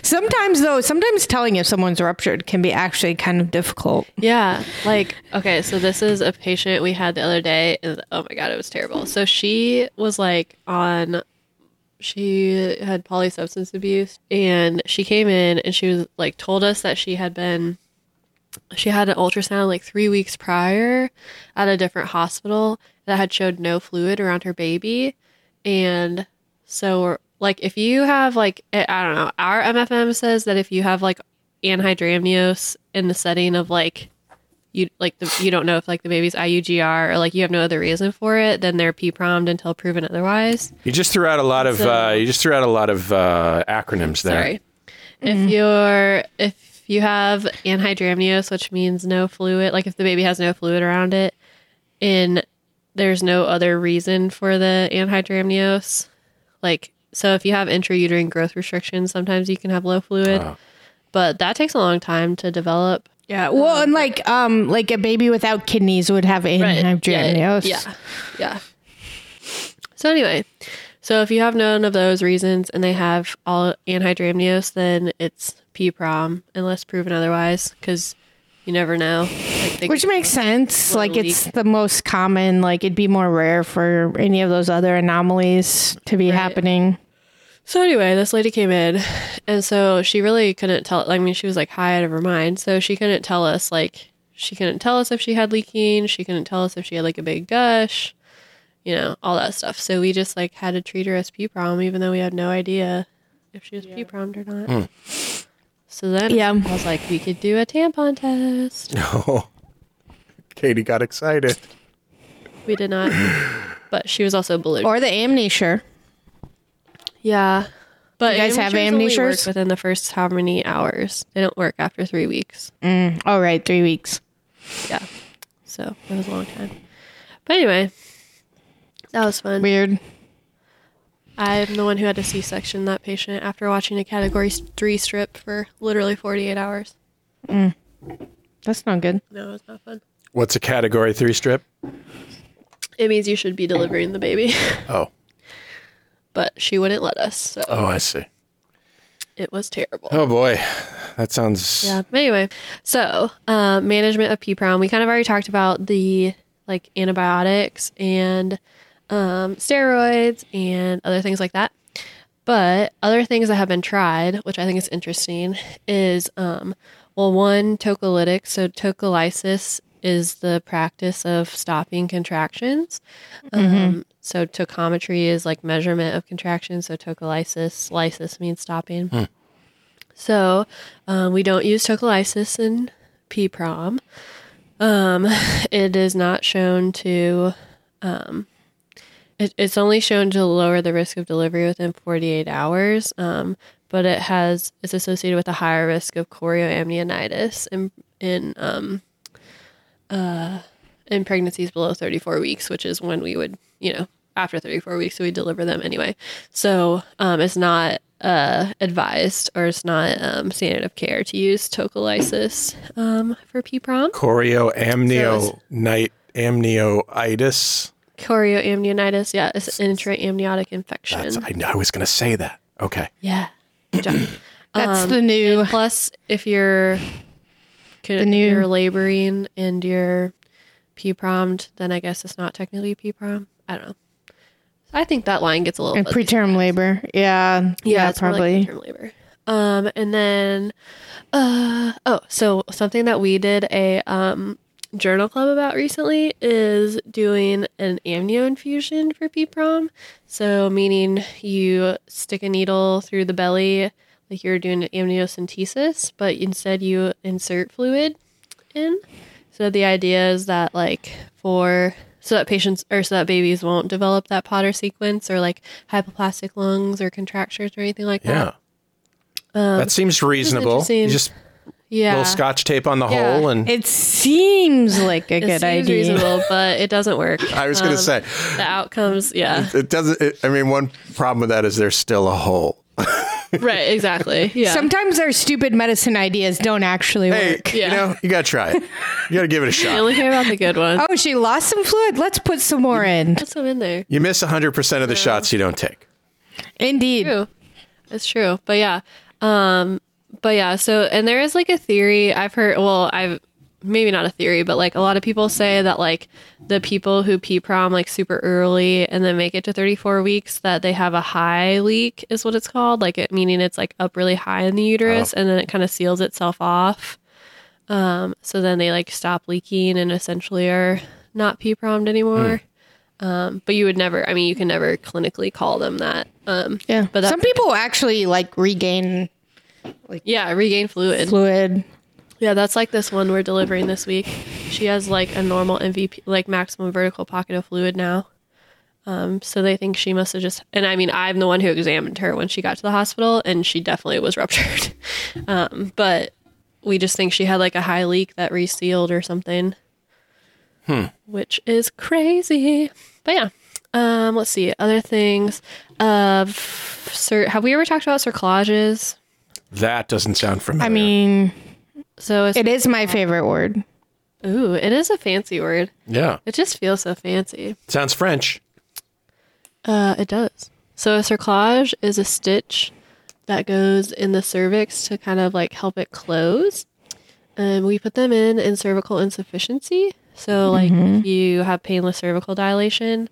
[SPEAKER 4] Sometimes though, sometimes telling if someone's ruptured can be actually kind of difficult.
[SPEAKER 2] Yeah. Like, okay, so this is a patient we had the other day. And, oh my God, it was terrible. So she was like on, she had polysubstance abuse and she came in and she was like, told us that she had been, she had an ultrasound like three weeks prior at a different hospital that had showed no fluid around her baby. And so, like, if you have like, I I don't know, our MFM says that if you have like anhydramnios in the setting of like you like the you don't know if like the baby's IUGR or like you have no other reason for it, then they're PPROMed until proven otherwise.
[SPEAKER 3] you just threw out a lot of
[SPEAKER 2] So-
[SPEAKER 3] uh, you just threw out a lot of uh, acronyms there.
[SPEAKER 2] Sorry. If you're if you have anhydramnios, which means no fluid, like if the baby has no fluid around it, and there's no other reason for the anhydramnios, like so if you have intrauterine growth restrictions, sometimes you can have low fluid. But that takes a long time to develop.
[SPEAKER 4] Yeah. Uh, Well, and like um like a baby without kidneys would have
[SPEAKER 2] Right.
[SPEAKER 4] anhydramnios.
[SPEAKER 2] Yeah. yeah. Yeah. So anyway, so if you have none of those reasons and they have all anhydramnios, then it's PPROM unless proven otherwise cuz you never know. Like they-
[SPEAKER 4] Which makes sense.
[SPEAKER 2] Little
[SPEAKER 4] Like it's the most common. Like it'd be more rare for any of those other anomalies to be happening.
[SPEAKER 2] So anyway, this lady came in, and so she really couldn't tell. I mean, she was like high out of her mind, so she couldn't tell us. Like, she couldn't tell us if she had leaking. She couldn't tell us if she had like a big gush, you know, all that stuff. So we just like had to treat her as P prom, even though we had no idea if she was P promed or not. So then,
[SPEAKER 4] Yeah.
[SPEAKER 2] I was like, we could do a tampon test.
[SPEAKER 3] Oh. Katie got excited.
[SPEAKER 2] We did not, but she was also blue.
[SPEAKER 4] Or the amnesia.
[SPEAKER 2] yeah. But
[SPEAKER 4] You guys have
[SPEAKER 2] amnesias only work
[SPEAKER 4] amnesias?
[SPEAKER 2] within the first how many hours? They don't work after three weeks.
[SPEAKER 4] Oh right, three weeks.
[SPEAKER 2] yeah. So it was a long time. But anyway, that was fun.
[SPEAKER 4] Weird.
[SPEAKER 2] I'm the one who had to C-section that patient after watching a Category Three strip for literally 48 hours.
[SPEAKER 4] That's not good.
[SPEAKER 2] No, it was not fun.
[SPEAKER 3] What's a category 3 strip?
[SPEAKER 2] It means you should be delivering the baby,
[SPEAKER 3] Oh.
[SPEAKER 2] but she wouldn't let us, so
[SPEAKER 3] Oh, I see.
[SPEAKER 2] it was terrible.
[SPEAKER 3] Oh boy. That sounds
[SPEAKER 2] Yeah. But Anyway, so uh, management of PPROM. We kind of already talked about the like antibiotics and um, steroids and other things like that. But other things that have been tried, which I think is interesting, is um, well, one tocolytic. So tocolysis is the practice of stopping contractions. Um, so tochometry is like measurement of contractions. So tocholysis, lysis means stopping. So um, we don't use tocholysis in PPROM. Um, it is not shown to. Um, it, it's only shown to lower the risk of delivery within 48 hours, um, but it has it's associated with a higher risk of chorioamnionitis in in um, uh, in pregnancies below 34 weeks, which is when we would you know after 34 weeks we deliver them anyway. So um, it's not uh, advised or it's not um, standard of care to use tocolysis um, for PPROM.
[SPEAKER 3] Chorioamnionite amnioitis.
[SPEAKER 2] Chorioamnionitis, yeah, it's an intra-amniotic infection.
[SPEAKER 3] That's, I, know- I was going to say that. Okay.
[SPEAKER 2] yeah. Good job. Um,
[SPEAKER 4] That's the new.
[SPEAKER 2] Plus, if you're the
[SPEAKER 4] new-
[SPEAKER 2] you're laboring and you're p prommed, then I guess it's not technically p prom. I don't know. I think that line gets a little
[SPEAKER 4] And
[SPEAKER 2] fuzzy.
[SPEAKER 4] preterm labor. Yeah.
[SPEAKER 2] yeah, it's probably
[SPEAKER 4] probably.
[SPEAKER 2] term labor. Um, and then, uh, oh, so something that we did a um journal club about recently is doing an amnio infusion for PPROM. So meaning you stick a needle through the belly like you're doing an amniocentesis, but instead you insert fluid in. So the idea is that like for so that patients or so that babies won't develop that Potter sequence or like hypoplastic lungs or contractures or anything like
[SPEAKER 3] Yeah.
[SPEAKER 2] that.
[SPEAKER 3] that seems reasonable. You
[SPEAKER 2] Um, interesting.
[SPEAKER 3] just
[SPEAKER 2] Yeah.
[SPEAKER 3] little scotch tape on the
[SPEAKER 2] Yeah.
[SPEAKER 3] hole and
[SPEAKER 4] It seems like a
[SPEAKER 2] It
[SPEAKER 4] good
[SPEAKER 2] seems
[SPEAKER 4] idea.
[SPEAKER 2] reasonable, but it doesn't work.
[SPEAKER 3] I was
[SPEAKER 2] um,
[SPEAKER 3] going to say
[SPEAKER 2] the outcomes, yeah.
[SPEAKER 3] it doesn't it, I mean one problem with that is there's still a hole.
[SPEAKER 2] right, exactly. Yeah.
[SPEAKER 4] Sometimes our stupid medicine ideas don't actually
[SPEAKER 3] Hey,
[SPEAKER 4] work.
[SPEAKER 3] you
[SPEAKER 2] Yeah.
[SPEAKER 3] know, you got to try it. You got to give it a
[SPEAKER 2] I
[SPEAKER 3] shot.
[SPEAKER 2] only care about the good ones.
[SPEAKER 4] Oh, she lost some fluid. Let's put some more in.
[SPEAKER 2] Put some in there.
[SPEAKER 3] You miss 100% of the shots you don't take.
[SPEAKER 4] Indeed.
[SPEAKER 2] true. It's true. But yeah. Um but yeah, so and there is like a theory I've heard well, I've maybe not a theory, but like a lot of people say that like the people who P prom like super early and then make it to 34 weeks that they have a high leak is what it's called, like it meaning it's like up really high in the uterus and then it kind of seals itself off. Um so then they like stop leaking and essentially are not P prommed anymore. Um, but you would never, I mean, you can never clinically call them that. Um,
[SPEAKER 4] Yeah.
[SPEAKER 2] But that-
[SPEAKER 4] some people actually like regain
[SPEAKER 2] Yeah, regain fluid.
[SPEAKER 4] fluid.
[SPEAKER 2] yeah, that's like this one we're delivering this week. She has like a normal MVP, like maximum vertical pocket of fluid now. Um, so they think she must have just, and I mean, I'm the one who examined her when she got to the hospital, and she definitely was ruptured. um, but we just think she had like a high leak that resealed or something, which is crazy. But yeah, um, let's see other things. Uh, f- cir- have we ever talked about cerclages?
[SPEAKER 3] That doesn't sound familiar.
[SPEAKER 4] I mean,
[SPEAKER 2] So it's
[SPEAKER 4] it is my favorite word.
[SPEAKER 2] Ooh, it is a fancy word.
[SPEAKER 3] yeah.
[SPEAKER 2] It just feels so fancy.
[SPEAKER 3] Sounds French.
[SPEAKER 2] Uh, it does. So a cerclage is a stitch that goes in the cervix to kind of like help it close. And we put them in in cervical insufficiency. So like if you have painless cervical dilation,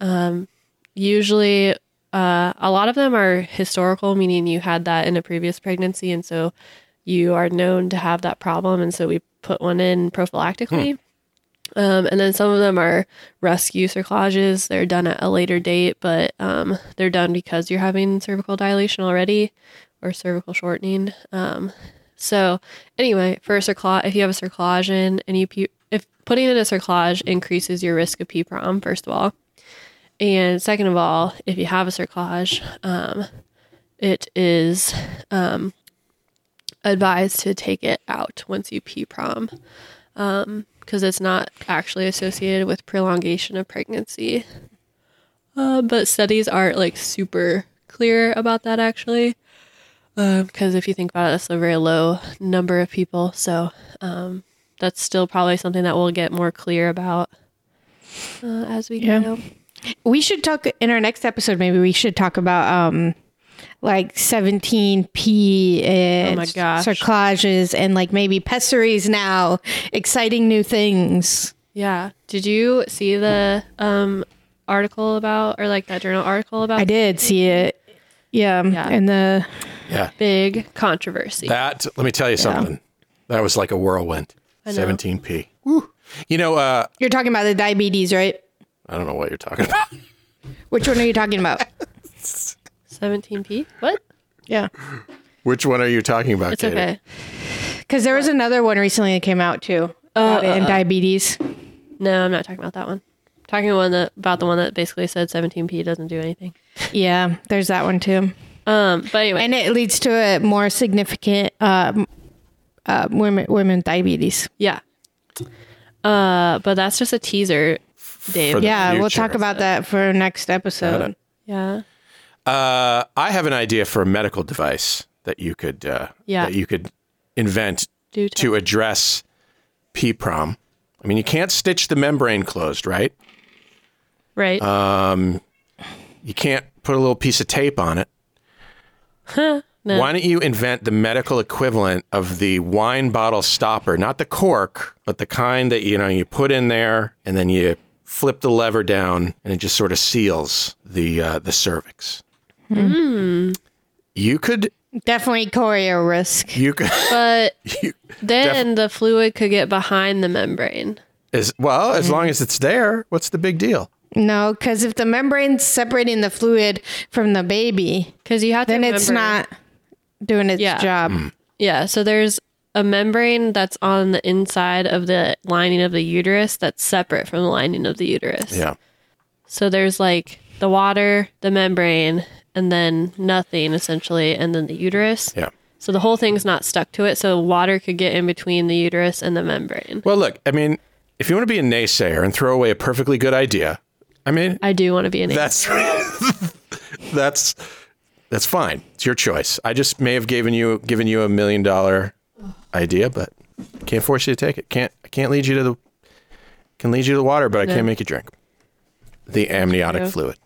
[SPEAKER 2] um, usually uh, a lot of them are historical, meaning you had that in a previous pregnancy, and so you are known to have that problem, and so we put one in prophylactically. Um, and then some of them are rescue cerclages. They're done at a later date, but um, they're done because you're having cervical dilation already or cervical shortening. Um, so, anyway, for a cerclage, if you have a cerclage in and you, pu- if putting in a cerclage increases your risk of PPROM, first of all. And second of all, if you have a cerclage, um, it is um, advised to take it out once you PPROM because it's not actually associated with prolongation of pregnancy. Uh, but studies aren't like super clear about that actually. Because if you think about it, that's a very low number of people. So um, that's still probably something that we'll get more clear about uh, as we go.
[SPEAKER 4] We should talk in our next episode. Maybe we should talk about um, like seventeen P and
[SPEAKER 2] Oh my gosh.
[SPEAKER 4] cerclages and like maybe pessaries now. Exciting new things.
[SPEAKER 2] Yeah. Did you see the um, article about, or like that journal article about
[SPEAKER 4] I did see it. Yeah,
[SPEAKER 2] Yeah.
[SPEAKER 4] and the
[SPEAKER 3] Yeah.
[SPEAKER 2] big controversy?
[SPEAKER 3] That let me tell you something. That was like a whirlwind.
[SPEAKER 2] know.
[SPEAKER 3] Seventeen P. You know, uh,
[SPEAKER 4] You're talking about the diabetes, right?
[SPEAKER 3] I don't know what you're talking about.
[SPEAKER 4] Which one are you talking about?
[SPEAKER 2] 17p? What?
[SPEAKER 4] Yeah.
[SPEAKER 3] Which one are you talking about,
[SPEAKER 2] It's
[SPEAKER 3] Katie?
[SPEAKER 2] okay.
[SPEAKER 4] Because there was another one recently that came out too.
[SPEAKER 2] Uh,
[SPEAKER 4] about it and diabetes.
[SPEAKER 2] No, I'm not talking about that one. I'm talking the one that, about the one that basically said 17p doesn't do anything.
[SPEAKER 4] Yeah, there's that one too.
[SPEAKER 2] Um, but anyway,
[SPEAKER 4] And it leads to a more significant um, uh, women women diabetes.
[SPEAKER 2] yeah. Uh, but that's just a teaser, Dave.
[SPEAKER 3] For the
[SPEAKER 4] Yeah, we'll
[SPEAKER 3] future.
[SPEAKER 4] talk about that for next episode.
[SPEAKER 2] yeah.
[SPEAKER 3] Uh, I have an idea for a medical device that you could uh,
[SPEAKER 2] Yeah.
[SPEAKER 3] that you could invent
[SPEAKER 2] Do tell.
[SPEAKER 3] to address PPROM. I mean, you can't stitch the membrane closed, right?
[SPEAKER 2] Right.
[SPEAKER 3] Uh, You can't put a little piece of tape on it. Why don't you invent the medical equivalent of the wine bottle stopper, not the cork, but the kind that you know you put in there and then you flip the lever down and it just sort of seals the uh, the cervix. You could
[SPEAKER 4] Definitely choreo risk.
[SPEAKER 3] you could
[SPEAKER 2] but
[SPEAKER 3] you,
[SPEAKER 2] then the fluid could get behind the membrane.
[SPEAKER 3] as well as long as it's there. What's the big deal?
[SPEAKER 4] No, because if the membrane's separating the fluid from the baby,
[SPEAKER 2] Because you have to
[SPEAKER 4] then it's not
[SPEAKER 2] remember-
[SPEAKER 4] doing its
[SPEAKER 2] Yeah.
[SPEAKER 4] job.
[SPEAKER 3] Mm.
[SPEAKER 2] Yeah, so there's a membrane that's on the inside of the lining of the uterus that's separate from the lining of the uterus.
[SPEAKER 3] Yeah.
[SPEAKER 2] So there's like the water, the membrane, and then nothing essentially, and then the uterus.
[SPEAKER 3] Yeah.
[SPEAKER 2] So the whole thing's not stuck to it. So water could get in between the uterus and the membrane.
[SPEAKER 3] Well, look, I mean, if you want to be a naysayer and throw away a perfectly good idea, I mean,
[SPEAKER 2] I do want to be an that-
[SPEAKER 3] that's that's that's fine. It's your choice. I just may have given you given you a million dollar idea, but can't force you to take it. Can't I can't lead you to the can lead you to the water, but I can't make you drink the amniotic
[SPEAKER 2] true.
[SPEAKER 3] fluid.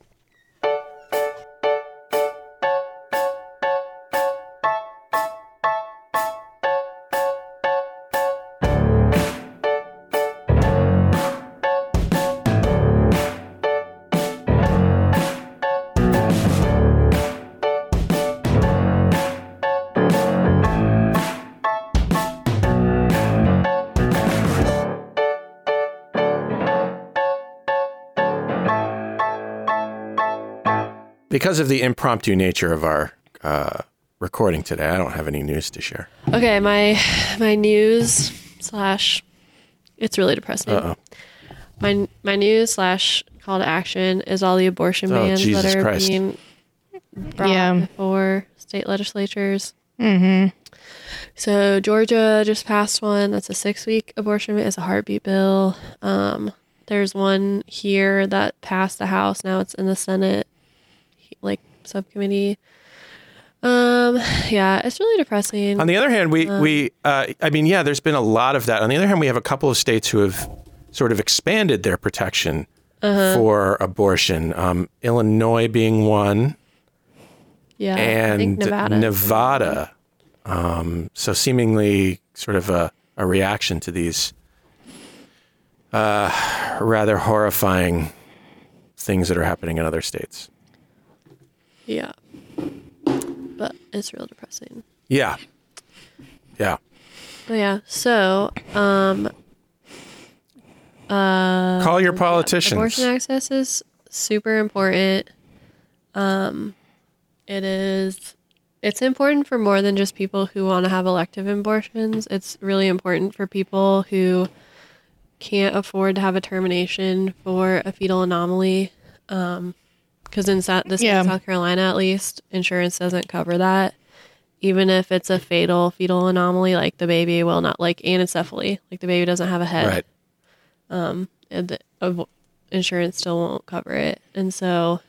[SPEAKER 3] Because of the impromptu nature of our uh, recording today, I don't have any news to share.
[SPEAKER 2] Okay, my my news slash it's really depressing. My my news slash call to action is all the abortion
[SPEAKER 3] Oh,
[SPEAKER 2] bans
[SPEAKER 3] Jesus
[SPEAKER 2] that are
[SPEAKER 3] Christ.
[SPEAKER 2] being brought
[SPEAKER 4] Yeah.
[SPEAKER 2] before state legislatures. Mm-hmm. So Georgia just passed one. That's a six week abortion. ban. It's a heartbeat bill. Um, there's one here that passed the House. Now it's in the Senate, like subcommittee. Um, yeah, it's really depressing.
[SPEAKER 3] On the other hand, we we uh, I mean, yeah, there's been a lot of that. On the other hand, we have a couple of states who have sort of expanded their protection
[SPEAKER 2] Uh-huh.
[SPEAKER 3] for abortion. Um, Illinois being one,
[SPEAKER 2] yeah, I
[SPEAKER 3] and
[SPEAKER 2] think
[SPEAKER 3] Nevada. Um, so seemingly sort of a, a reaction to these uh, rather horrifying things that are happening in other states.
[SPEAKER 2] Yeah. But it's real depressing.
[SPEAKER 3] Yeah, yeah.
[SPEAKER 2] But yeah, so um
[SPEAKER 3] Call your politicians.
[SPEAKER 2] abortion access is super important. Um it is it's important for more than just people who want to have elective abortions. It's really important for people who can't afford to have a termination for a fetal anomaly. Um 'cause because in South, the state
[SPEAKER 4] Yeah.
[SPEAKER 2] of South Carolina, at least, insurance doesn't cover that. Even if it's a fatal fetal anomaly, like the baby will not, like anencephaly, like the baby doesn't have a head
[SPEAKER 3] Right.
[SPEAKER 2] and the av- insurance still won't cover it. And so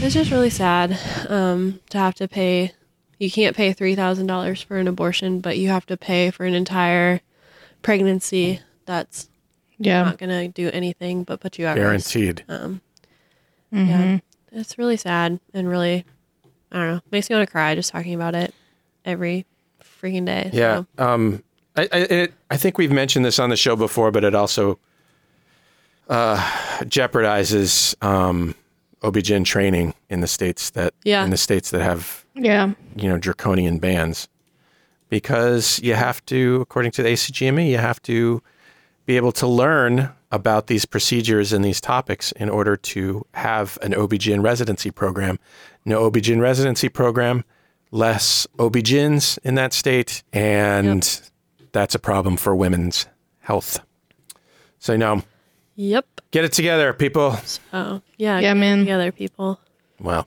[SPEAKER 2] it's just really sad um, to have to pay. You can't pay three thousand dollars for an abortion, but you have to pay for an entire pregnancy. That's
[SPEAKER 4] Yeah.
[SPEAKER 2] not gonna do anything but put you out. risk.
[SPEAKER 3] Guaranteed.
[SPEAKER 2] Yeah, it's really sad and really, I don't know, makes me want to cry just talking about it every freaking day.
[SPEAKER 3] Yeah.
[SPEAKER 2] So,
[SPEAKER 3] Um, I, I, it, I think we've mentioned this on the show before, but it also uh, jeopardizes um, OB-GYN training in the states that
[SPEAKER 2] Yeah.
[SPEAKER 3] in the states that have
[SPEAKER 4] Yeah.
[SPEAKER 3] you know draconian bans because you have E, to, according to the ACGME, you have to be able to learn about these procedures and these topics in order to have an OBGYN residency program. No OBGYN residency program, less OBGYNs in that state, and that's a problem for women's health. So no,
[SPEAKER 2] Yep.
[SPEAKER 3] get it together, people.
[SPEAKER 2] Oh, yeah.
[SPEAKER 4] Yeah, man.
[SPEAKER 2] The other people.
[SPEAKER 3] Wow.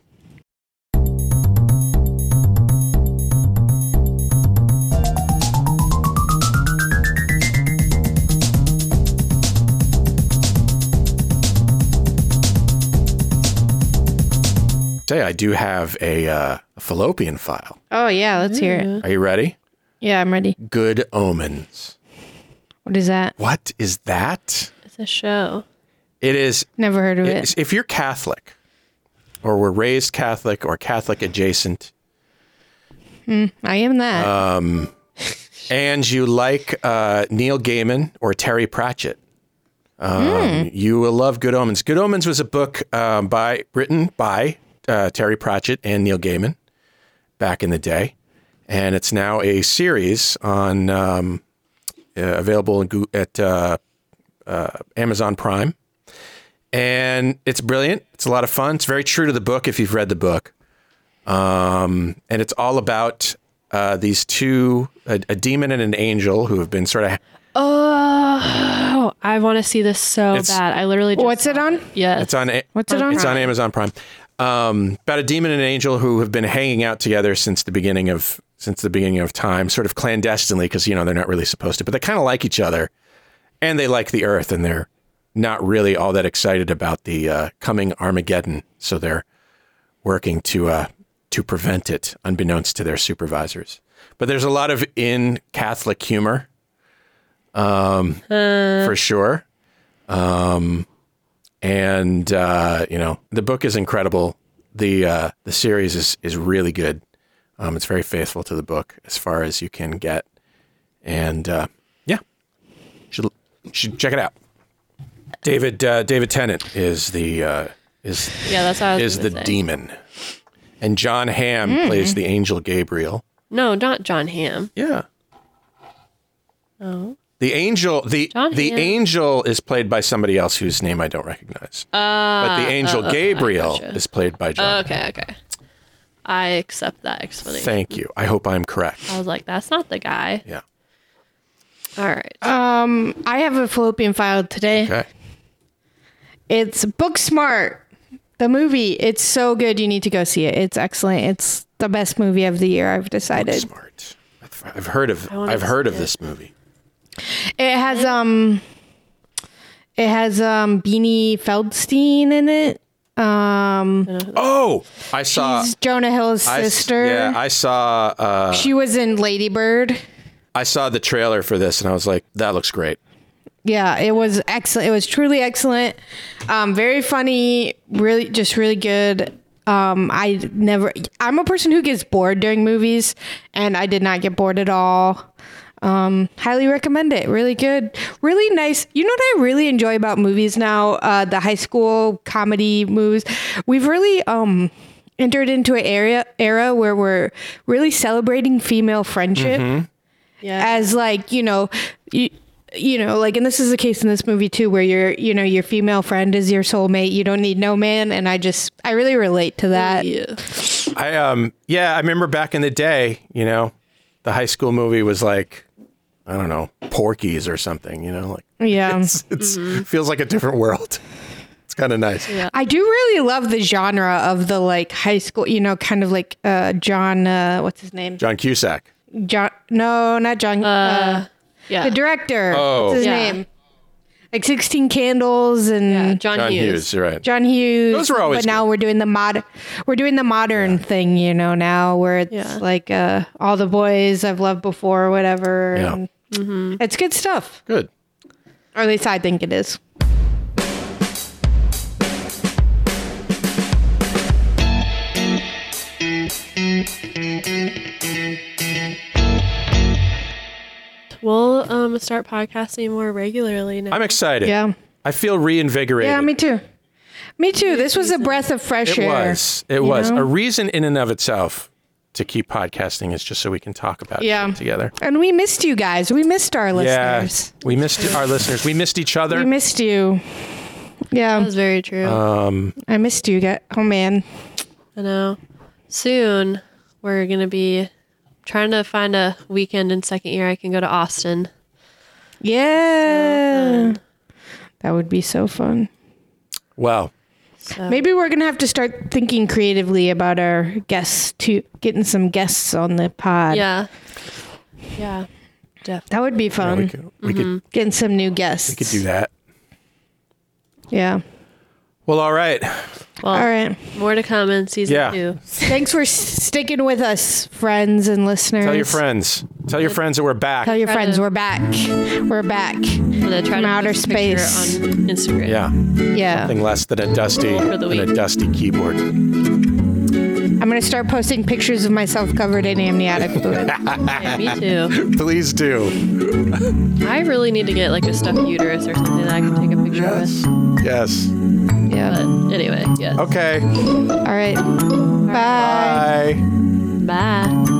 [SPEAKER 3] Say, I do have a uh, fallopian file.
[SPEAKER 4] Oh yeah, let's hear it.
[SPEAKER 3] Are you ready?
[SPEAKER 4] Yeah, I'm ready.
[SPEAKER 3] Good omens.
[SPEAKER 4] What is that?
[SPEAKER 3] What is that?
[SPEAKER 2] It's a show.
[SPEAKER 3] It is
[SPEAKER 4] Never heard of it.
[SPEAKER 3] It's- if you're Catholic or were raised Catholic or Catholic adjacent,
[SPEAKER 4] I am that.
[SPEAKER 3] Uh, and you like uh, Neil Gaiman or Terry Pratchett, um, you will love Good Omens. Good Omens was a book um, by written by uh, Terry Pratchett and Neil Gaiman back in the day, and it's now a series on um, uh, available in Goo- at uh, uh, Amazon Prime, and it's brilliant. It's a lot of fun. It's very true to the book if you've read the book. Um, and it's all about uh, these two, a, a demon and an angel, who have been sort of
[SPEAKER 2] Oh, I want to see this so
[SPEAKER 3] It's-
[SPEAKER 2] bad. I literally just.
[SPEAKER 4] What's it on?
[SPEAKER 2] Yes.
[SPEAKER 3] It's on. A-
[SPEAKER 4] What's it on?
[SPEAKER 3] It's on Amazon Prime. Um, about a demon and an angel who have been hanging out together since the beginning of since the beginning of time, sort of clandestinely, because you know they're not really supposed to, but they kind of like each other, and they like the Earth, and they're not really all that excited about the uh, coming Armageddon, so they're working to uh, to prevent it, unbeknownst to their supervisors. But there's a lot of in Catholic humor, um, for sure and uh, you know the book is incredible. the uh, The series is is really good. Um, it's very faithful to the book as far as you can get, and uh, yeah, should should check it out. David uh, David Tennant is the uh, is
[SPEAKER 2] yeah, that's how I was
[SPEAKER 3] is the
[SPEAKER 2] gonna say. Mm-hmm.
[SPEAKER 3] demon, and John Hamm plays the angel Gabriel.
[SPEAKER 2] No, not John Hamm.
[SPEAKER 3] Yeah. Oh. The angel, the
[SPEAKER 2] Oh. John
[SPEAKER 3] the
[SPEAKER 2] Hamm.
[SPEAKER 3] angel is played by somebody else whose name I don't recognize.
[SPEAKER 2] Uh,
[SPEAKER 3] but the angel Gabriel is played by John.
[SPEAKER 2] Okay, okay. I accept that explanation.
[SPEAKER 3] Thank you. I hope I'm correct.
[SPEAKER 2] I was like, that's not the guy.
[SPEAKER 3] Yeah.
[SPEAKER 2] All right.
[SPEAKER 4] Um, I have a fallopian file today.
[SPEAKER 3] Okay.
[SPEAKER 4] It's Book Smart, the movie. It's so good. You need to go see it. It's excellent. It's the best movie of the year. I've decided.
[SPEAKER 3] Smart. I've- I've heard of
[SPEAKER 2] wanna
[SPEAKER 3] I've heard
[SPEAKER 2] see
[SPEAKER 3] of this movie.
[SPEAKER 4] It has um, it has um Beanie Feldstein in it. Um,
[SPEAKER 3] Oh, I saw.
[SPEAKER 4] she's Jonah Hill's
[SPEAKER 3] I s-
[SPEAKER 4] sister.
[SPEAKER 3] yeah, I saw. Uh,
[SPEAKER 4] she was in Ladybird.
[SPEAKER 3] I saw the trailer for this, and I was like, "That looks great."
[SPEAKER 4] Yeah, it was excellent. It was truly excellent. Um, very funny. Really, just really good. Um, I never. I'm a person who gets bored during movies, and I did not get bored at all. Um, highly recommend it. Really good. Really nice. You know what I really enjoy about movies now? Uh, the high school comedy movies. We've really um entered into an area era where we're really celebrating female friendship
[SPEAKER 2] Yeah.
[SPEAKER 4] as like you know you you know like and this is the case in this movie too where your you know your female friend is your soulmate you don't need no man and i just i really relate to that
[SPEAKER 2] Yeah.
[SPEAKER 3] I um yeah, I remember back in the day, you know, the high school movie was like I don't know, Porky's or something, you know, like
[SPEAKER 4] yeah
[SPEAKER 3] it's, it's
[SPEAKER 4] Mm-hmm.
[SPEAKER 3] feels like a different world. It's kind of nice.
[SPEAKER 4] i do really love the genre of the like high school you know kind of like uh john uh what's his name
[SPEAKER 3] John Cusack.
[SPEAKER 4] john no not john uh,
[SPEAKER 2] Yeah.
[SPEAKER 4] the director
[SPEAKER 3] Oh.
[SPEAKER 4] what's his
[SPEAKER 2] Yeah.
[SPEAKER 4] name like 16 candles and
[SPEAKER 2] Yeah, Uh, John,
[SPEAKER 3] John
[SPEAKER 2] Hughes.
[SPEAKER 3] Hughes, you're right.
[SPEAKER 4] John Hughes.
[SPEAKER 3] Those were always
[SPEAKER 4] But now
[SPEAKER 3] good.
[SPEAKER 4] we're doing the mod, we're doing the modern thing, you know. Now where it's
[SPEAKER 2] Yeah.
[SPEAKER 4] like uh, all the boys I've loved before, or whatever.
[SPEAKER 3] Yeah.
[SPEAKER 4] and
[SPEAKER 2] Mm-hmm.
[SPEAKER 4] It's good stuff,
[SPEAKER 3] Good.
[SPEAKER 4] or at least I think it is.
[SPEAKER 2] We'll um, start podcasting more regularly now.
[SPEAKER 3] I'm excited.
[SPEAKER 4] Yeah,
[SPEAKER 3] I feel reinvigorated.
[SPEAKER 4] yeah, me too. Me too. This was a breath of fresh
[SPEAKER 3] it
[SPEAKER 4] air.
[SPEAKER 3] was. It was
[SPEAKER 4] know?
[SPEAKER 3] a reason in and of itself to keep podcasting is just so we can talk about
[SPEAKER 1] Yeah.
[SPEAKER 3] shit together.
[SPEAKER 4] And we missed you guys. We missed our listeners.
[SPEAKER 3] Yeah, we missed our listeners. We missed each other.
[SPEAKER 4] We missed you.
[SPEAKER 2] That
[SPEAKER 4] Yeah,
[SPEAKER 2] was very true.
[SPEAKER 3] Uh,
[SPEAKER 4] I missed you. guys. Oh man,
[SPEAKER 2] I know. Soon we're gonna be trying to find a weekend in second year. I can go to Austin.
[SPEAKER 4] yeah, that would be so fun.
[SPEAKER 3] well,
[SPEAKER 4] Maybe we're gonna have to start thinking creatively about our guests to getting some guests on the pod.
[SPEAKER 2] Yeah. Yeah.
[SPEAKER 4] that would be
[SPEAKER 3] yeah,
[SPEAKER 4] fun.
[SPEAKER 3] we could we could
[SPEAKER 4] getting some new guests.
[SPEAKER 3] we could do that.
[SPEAKER 4] Yeah.
[SPEAKER 3] Well, all right.
[SPEAKER 2] Well,
[SPEAKER 4] All right.
[SPEAKER 2] more to come in season
[SPEAKER 3] Yeah.
[SPEAKER 2] two.
[SPEAKER 4] Thanks for s- sticking with us, friends and listeners.
[SPEAKER 3] Tell your friends. Tell your friends that we're back.
[SPEAKER 4] Tell your friends
[SPEAKER 2] to-
[SPEAKER 4] we're back. We're back.
[SPEAKER 2] I'm gonna try
[SPEAKER 4] From
[SPEAKER 2] to
[SPEAKER 4] outer
[SPEAKER 2] post a picture
[SPEAKER 4] space.
[SPEAKER 2] on Instagram.
[SPEAKER 3] yeah,
[SPEAKER 4] Yeah.
[SPEAKER 3] nothing less than a dusty
[SPEAKER 2] For the
[SPEAKER 3] than a
[SPEAKER 2] week.
[SPEAKER 3] dusty keyboard.
[SPEAKER 4] I'm going to start posting pictures of myself covered in amniotic fluid.
[SPEAKER 2] Yeah, me too.
[SPEAKER 3] Please do.
[SPEAKER 2] I really need to get like a stuffed uterus or something that I can take a picture
[SPEAKER 3] Yes. Yes.
[SPEAKER 4] Yeah.
[SPEAKER 2] with. But anyway, yes.
[SPEAKER 3] Okay.
[SPEAKER 4] All right. Bye.
[SPEAKER 3] Bye.
[SPEAKER 2] Bye.